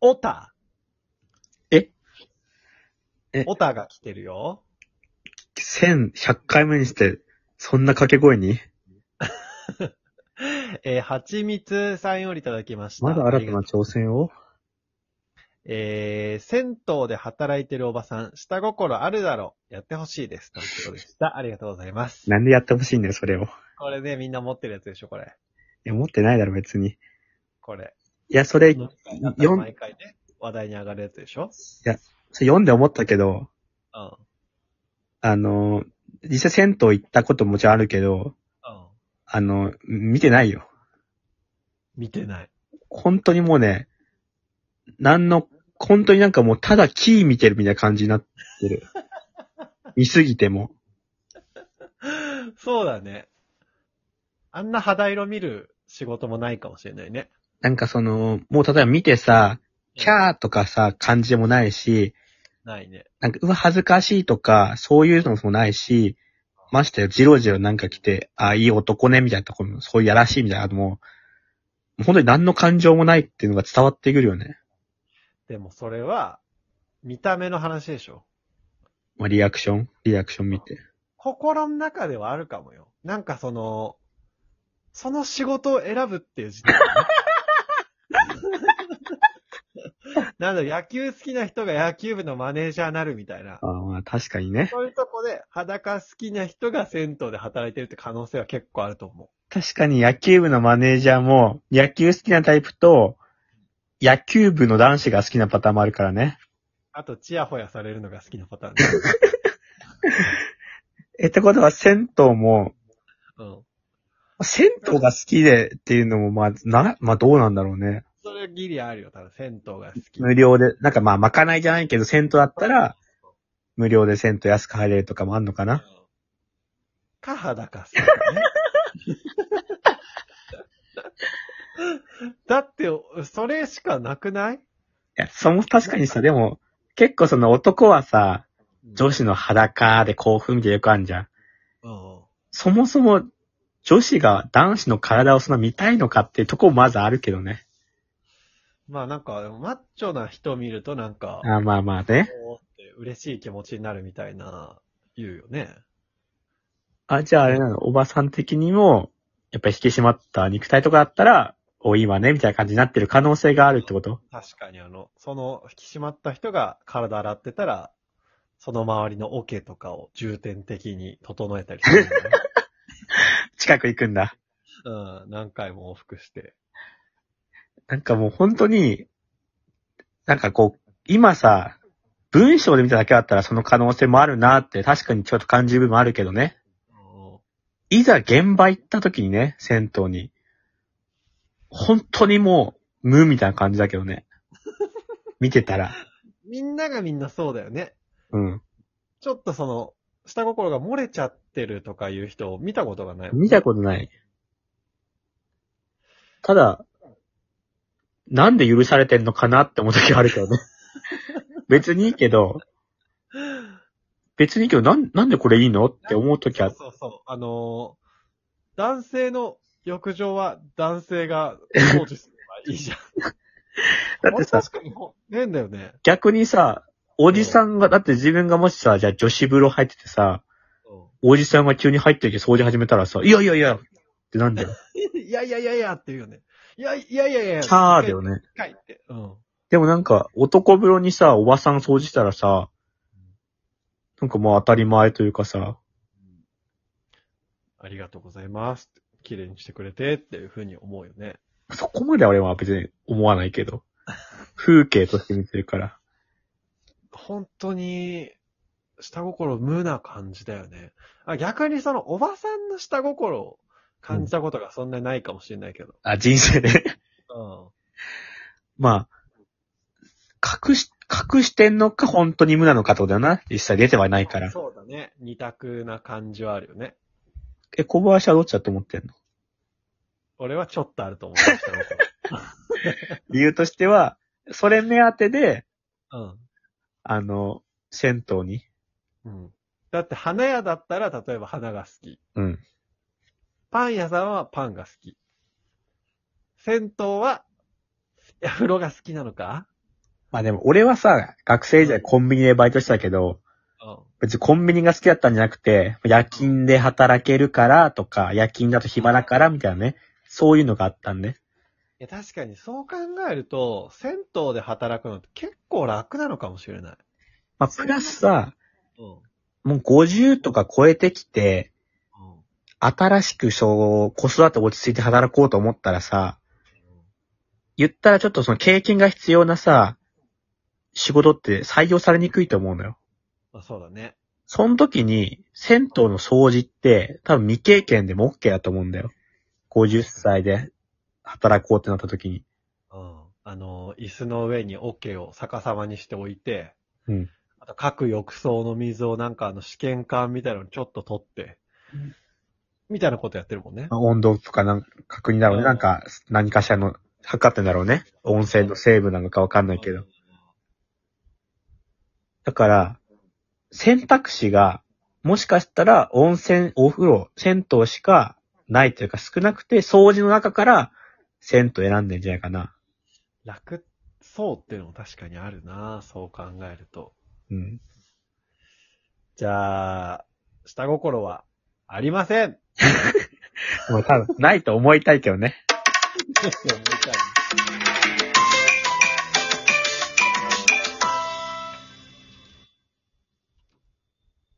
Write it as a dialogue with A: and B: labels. A: オタ。
B: ええ
A: オタが来てるよ。
B: 1100回目にして、そんな掛け声に
A: えー、蜂蜜さんよりいただきました。
B: まだ新
A: あり
B: た
A: が
B: な
A: とう
B: 挑戦を
A: えー、銭湯で働いてるおばさん、下心あるだろ。やってほしいです。ということでした。ありがとうございます。
B: なんでやってほしいんだよ、それを。い
A: これね、みんな持ってるやつでしょ、これ。
B: や、持ってないだろ、別に。い
A: これ。
B: や、それ、よん
A: 毎回ね、話題に上がるやつでしょ。
B: それ読んで思ったけど、
A: うん。うん。
B: あの、実際銭湯行ったことももちろんあるけど、あの、見てないよ。
A: 見てない。
B: 本当にもうね、なんの、本当になんかもうただキー見てるみたいな感じになってる。見すぎても。
A: そうだね。あんな肌色見る仕事もないかもしれないね。
B: なんかその、もう例えば見てさ、キ
A: ー
B: ャーとかさ、感じでもないし、
A: ないね。
B: なんか、うわ、恥ずかしいとか、そういうのもないし、ましてよ、じろじろなんか来て、あ、いい男ね、みたいなとこも、そういうやらしいみたいなのも、もう本当に何の感情もないっていうのが伝わってくるよね。
A: でもそれは、見た目の話でしょ。
B: まあ、リアクションリアクション見て。
A: 心の中ではあるかもよ。なんかその、その仕事を選ぶっていう時点でね なんだろ、野球好きな人が野球部のマネージャーになるみたいな。
B: あまあ、確かにね。
A: そういうとこで、裸好きな人が銭湯で働いてるって可能性は結構あると思
B: 確かに野球部のマネージャーも、野球好きなタイプと、野球部の男子が好きなパターンもあるからね。
A: う。あと、チヤホヤされるのが好きなパターンね。
B: え、ってことは、銭湯も、
A: うん。
B: 銭湯が好きでっていうのも、まあ、な、まあ、どうなんだろうね。
A: それギリあるよ、ただ、銭湯が好き。
B: 無料で、なんかまあ、まかないじゃないけど、銭湯だったら、無料で銭湯安く入れるとかもあんのかな
A: か、裸好きだね。 だって、それしかなくない
B: いや、そも、確かにさ、でも、結構その男はさ、女子の裸で興奮みたいなよくあるじゃん。
A: うん。
B: そもそも、女子が男子の体をそんな見たいのかっていうとこもまずあるけどね。
A: まあなんか、マッチョな人見るとなんか、
B: あまあまあね。
A: おーって嬉しい気持ちになるみたいな、言うよね。
B: あ、じゃああれなの、おばさん的にも、やっぱり引き締まった肉体とかだったら、お、いいわね、みたいな感じになってる可能性があるってこと
A: 確かにあの、その引き締まった人が体洗ってたら、その周りのオケとかを重点的に整えたりす るんだよね、
B: 近く行くんだ。
A: うん、何回も往復して。
B: なんかもう本当に、なんかこう、今さ、文章で見ただけだったらその可能性もあるなって確かにちょっと感じる部分もあるけどね。
A: うん
B: いざ現場行った時にね、銭湯に。本当にもう、無みたいな感じだけどね。見てたら。
A: みんながみんなそうだよね。
B: うん。
A: ちょっとその、下心が漏れちゃってるとかいう人を見たことがないもん。
B: 見たことない。ただ、なんで許されてんのかなって思う時あるけ どね。別にいいけど、別にいいけど、なん、なんでこれいいのって思う時
A: そ
B: は
A: うそうそう。あのー男性の浴場は男性が掃除すればいいじゃん。
B: だってさ
A: あれ、確かにもう、変だよね。
B: 逆にさ、おじさんが、だって自分がもしさ、じゃあ女子風呂入っててさ、おじさんが急に入ってきて掃除始めたらさ、いやいやいやってなんだよ。
A: うんいやいやいやいやって言うよね。いやいやいやいや。
B: キャーだよね。
A: 一回って。うん。
B: でもなんか、男風呂にさ、おばさん掃除したらさ、なんかもう当たり前というかさ、
A: ありがとうございます。綺麗にしてくれてっていうふうに思うよね。
B: そこまで俺は別に思わないけど、風景として見てるから。
A: 本当に、下心無な感じだよね。あ逆にそのおばさんの下心を感じたことがそんなにないかもしれないけど。
B: あ、人生で。
A: うん。
B: まあ、隠し、隠してんのか本当に無なのかってことだよな。実際出てはないから。
A: そうだね。二択な感じはあるよね。
B: え、小林はどっちだと思ってんの
A: 俺はちょっとある と思う。下心
B: 理由としては、それ目当てで、
A: うん。
B: あの、銭湯に。
A: うん。だって花屋だったら、例えば花が好き。
B: うん。
A: パン屋さんはパンが好き。銭湯は、いや、風呂が好きなのか
B: まあでも俺はさ、学生時代コンビニでバイトしてたけど、別にコンビニが好きだったんじゃなくて、夜勤で働けるからとか、夜勤だと暇だからみたいなね、そういうのがあったんで。
A: いや、確かにそう考えると、銭湯で働くのって結構楽なのかもしれない。
B: まあプラスさ、
A: うん。うん。
B: もう50とか超えてきて、新しくそう、子育て落ち着いて働こうと思ったらさ、言ったらちょっとその経験が必要なさ、仕事って採用されにくいと思うのよ。
A: まあ、そうだね。
B: その時に、銭湯の掃除って、多分未経験でも OK だと思うんだよ。50歳で働こうってなった時に。
A: うん。あの、椅子の上に桶を逆さまにしておいて、
B: うん。
A: あと各浴槽の水をなんかあの試験管みたいなのにちょっと取って、
B: うん
A: みたいなことやってるもんね。
B: まあ温度とかなんか確認だろう
A: う
B: ね。
A: ん
B: なんか、何かしらの、測ってんだろうね。温泉の成分なのかわかんないけど。だから、選択肢が、もしかしたら温泉、お風呂、銭湯しかないというか少なくて、掃除の中から銭湯選んでんじゃないかな。
A: 楽そうっていうのも確かにあるなそう考えると。
B: うん。
A: じゃあ、下心はありません
B: もう多分、ないと思いたいけどね。
A: ですよね